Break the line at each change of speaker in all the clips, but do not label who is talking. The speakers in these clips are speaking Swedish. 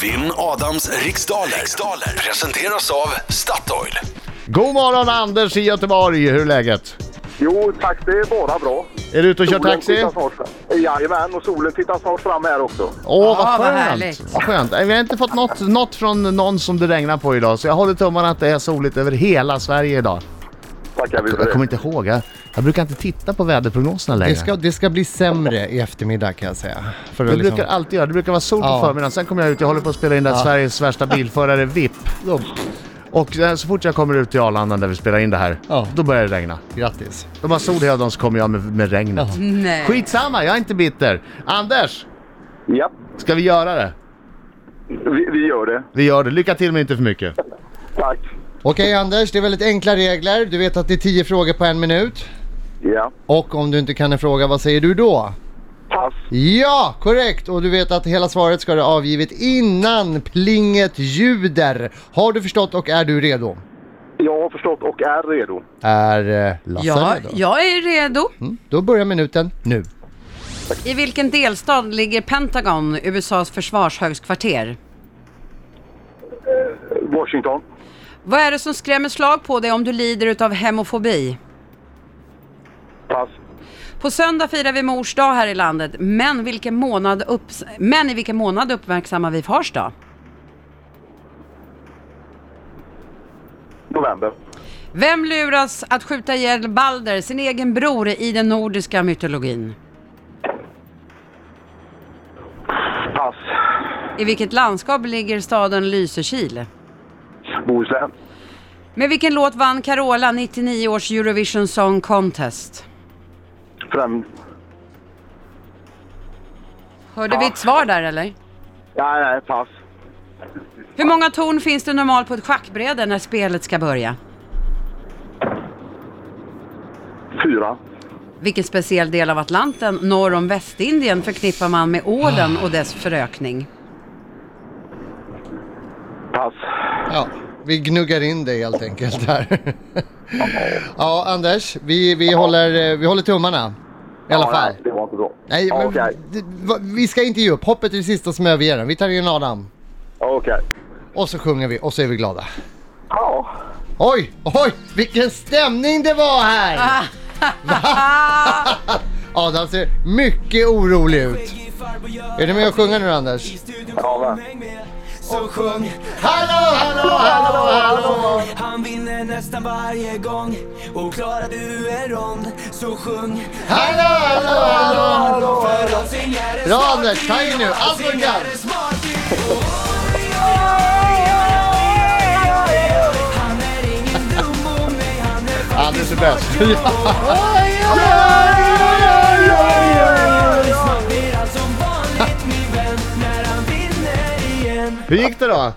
Vinn Adams riksdaler. riksdaler presenteras av Statoil.
God morgon Anders i Göteborg, hur är läget?
Jo, tack. Det är bara bra.
Är du ute och kör taxi?
tittar snart fram. Jajamän, och solen tittar snart fram här också.
Åh,
Ah,
vad
vad
skönt!
härligt.
Vad skönt. Nej, Vi har inte fått något, något från någon som det regnar på idag, så jag håller tummarna att det är soligt över hela Sverige idag.
Tackar vi för
Jag
det.
kommer inte ihåg, jag, jag brukar inte titta på väderprognoserna längre.
Det ska, det ska bli sämre i eftermiddag kan jag säga. För att
Det
liksom,
brukar alltid göra. Det brukar vara sol på
Ja.
förmiddagen. Sen kommer jag ut, jag håller på att spela in där Sveriges värsta bilförare, VIP. Då- Och eh, så fort jag kommer ut till Arlanda där vi spelar in det här,
Ja.
då börjar det regna.
Grattis.
De har sol hela dagen så kommer jag med, med regnet.
Nej.
Skitsamma, jag är inte bitter. Anders,
Ja,
ska vi göra det?
vi, vi gör det.
Vi gör det. Lycka till men inte för mycket.
Tack.
Okej Anders, det är väldigt enkla regler. Du vet att det är tio frågor på en minut.
Ja.
Och om du inte kan en fråga, vad säger du då?
Pass.
Ja, korrekt! Och du vet att hela svaret ska du ha avgivit innan plinget ljuder. Har du förstått och är du redo?
Jag har förstått och är redo.
Är eh, Lasse
Ja,
redo?
jag är redo.
Mm, då börjar minuten nu.
I vilken delstad ligger Pentagon, USAs försvarshögskvarter?
Washington.
Vad är det som skrämmer slag på dig om du lider utav hemofobi?
Pass.
På söndag firar vi mors dag här i landet, men, vilken månad upps- men i vilken månad uppmärksammar vi fars dag?
November.
Vem luras att skjuta ihjäl Balder, sin egen bror, i den nordiska mytologin?
Pass.
I vilket landskap ligger staden Lysekil?
Bohuslän.
Med vilken låt vann Carola 99 års Eurovision Song Contest?
Främ...
Hörde vi ett svar där eller?
Nej, nej, pass.
Hur många torn finns det normalt på ett schackbräde när spelet ska börja?
Fyra.
Vilken speciell del av Atlanten norr om Västindien förknippar man med ålen och dess förökning?
Pass.
Ja, vi gnuggar in dig helt enkelt här. ja, Anders, vi, vi, håller, eh, vi håller tummarna. I alla
Ja,
fall.
Nej, det var inte bra.
Nej, men
Okej.
d- va- vi ska inte ge upp. Hoppet är det sista som överger den. Vi tar in Adam
Okej.
och så sjunger vi och så är vi glada.
Ja.
Oj, oj, vilken stämning det var här! Va? Adam ser mycket orolig ut. Är du med och sjunger nu Anders?
Ja,
Så sjung
Hallå, hallå, hallå, hallå!
Han vinner nästan varje gång Och klarar du en rond Så sjung
Hallå, hallå, hallå, hallå!
För Rosengård är
Bra
smart
Anders, ta i nu, allt funkar!
Rosengård är smart Han är ingen dum och mig Han är
Anders är bäst.
faktiskt smart Blir allt som vanligt min vän När han vinner igen
Hur gick det då?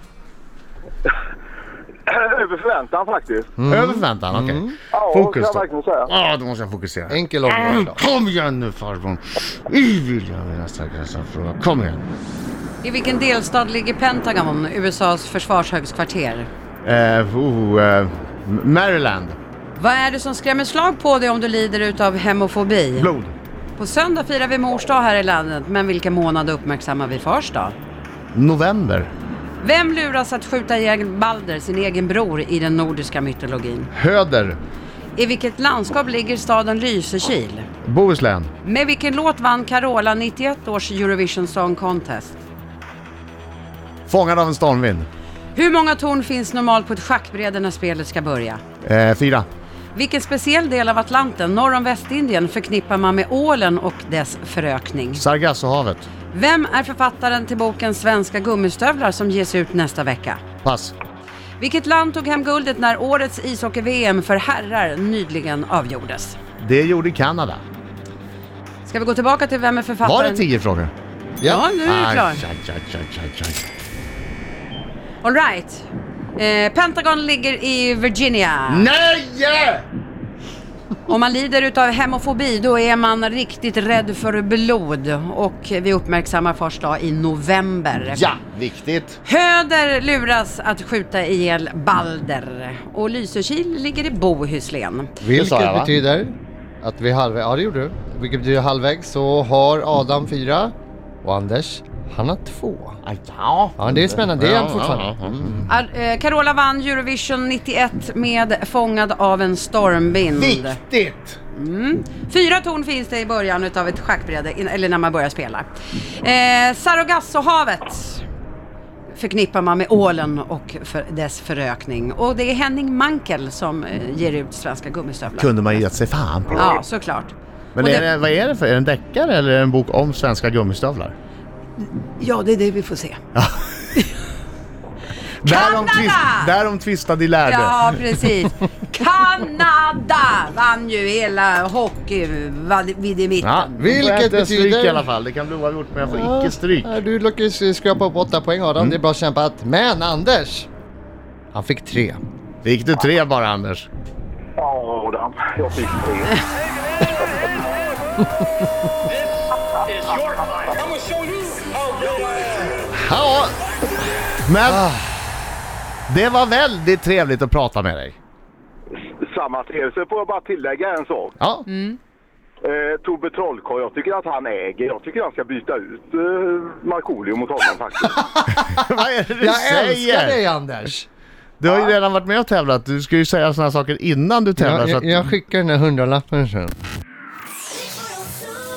Över förväntan faktiskt.
Över förväntan? Okej.
Ja,
Mm. Fokus
kan jag
då.
verkligen säga.
Ja, då måste jag fokusera.
Enkel
Äh.
omgång. då.
Kom igen nu farbror! I vill jag mina stackars fråga. Kom igen!
I vilken delstad ligger Pentagon, USAs försvarshögskvarter?
Eh, oh, eh, Maryland.
Vad är det som skrämmer slag på dig om du lider utav hemofobi?
Blod.
På söndag firar vi mors dag här i landet, men vilken månad uppmärksammar vi fars dag?
November.
Vem luras att skjuta ihjäl Balder, sin egen bror, i den nordiska mytologin?
Höder.
I vilket landskap ligger staden Lysekil?
Bohuslän.
Med vilken låt vann Carola 91 års Eurovision Song Contest?
Fångad av en stormvind.
Hur många torn finns normalt på ett schackbräde när spelet ska börja?
Eh, fyra.
Vilken speciell del av Atlanten, norr om Västindien, förknippar man med ålen och dess förökning?
Sargassohavet.
Vem är författaren till boken Svenska gummistövlar som ges ut nästa vecka?
Pass.
Vilket land tog hem guldet när årets ishockey-VM för herrar nyligen avgjordes?
Det gjorde Kanada.
Ska vi gå tillbaka till vem är
Var
författaren?
det tio frågor?
Ja, nu är det klart.
Aj, aj, aj, aj, aj, aj.
All right. Eh, Pentagon ligger i Virginia.
Nej!
Om man lider utav hemofobi då är man riktigt rädd för blod och vi uppmärksammar fars dag i november.
Ja, viktigt.
Höder luras att skjuta ihjäl Balder och Lysekil ligger i Bohuslän.
Vilket
sa jag, va?
betyder att vi halvvägs, ja det gjorde du. Vilket betyder halvvägs så har Adam fyra och Anders Han har två.
Ah,
Ja.
Ja, det är spännande. Det är han fortfarande.
Ar- eh, Carola vann Eurovision 91 med Fångad av en stormvind.
Viktigt!
Fyra torn finns det i början utav ett schackbräde, in- eller när man börjar spela. Eh, Sargassohavet förknippar man med ålen och för dess förökning. Och det är Henning Mankel som eh, ger ut svenska gummistövlar.
Kunde man gett sig fan på.
Ja, såklart.
Men
Och
är
det-
det, vad är det för? Är det en deckare eller är det en bok om svenska gummistövlar?
Ja, det är det vi får se.
Därom,
Kanada!
tvist, därom tvistade de lärde.
Ja, precis. Kanada vann ju hela hockeyvidimitten.
Ja,
Vilket
får jag inte stryk
betyder-
i alla fall. Det kan bli oavgjort men jag får icke stryk.
Ja, Du lyckades skrapa upp åtta poäng Adam,
Mm.
det är bra kämpat. Men Anders! Han fick tre.
Fick du tre bara Anders?
Ja, Adam. Jag fick tre.
Ja. Men
Ah.
det var väldigt trevligt att prata med dig.
Samma till er. Sen får jag bara tillägga en sak.
Ja.
Mm.
Eh, Tobbe Trollkarl, jag tycker att han äger. Jag tycker att han ska byta ut eh, Markoolio mot honom faktiskt.
Vad är det du
Jag älskar
säger?
dig Anders!
Du har ju redan varit med och tävlat. Du ska ju säga sådana saker innan du tävlar.
Jag,
så att...
jag, jag skickar den här hundralappen sen.
Rick 102.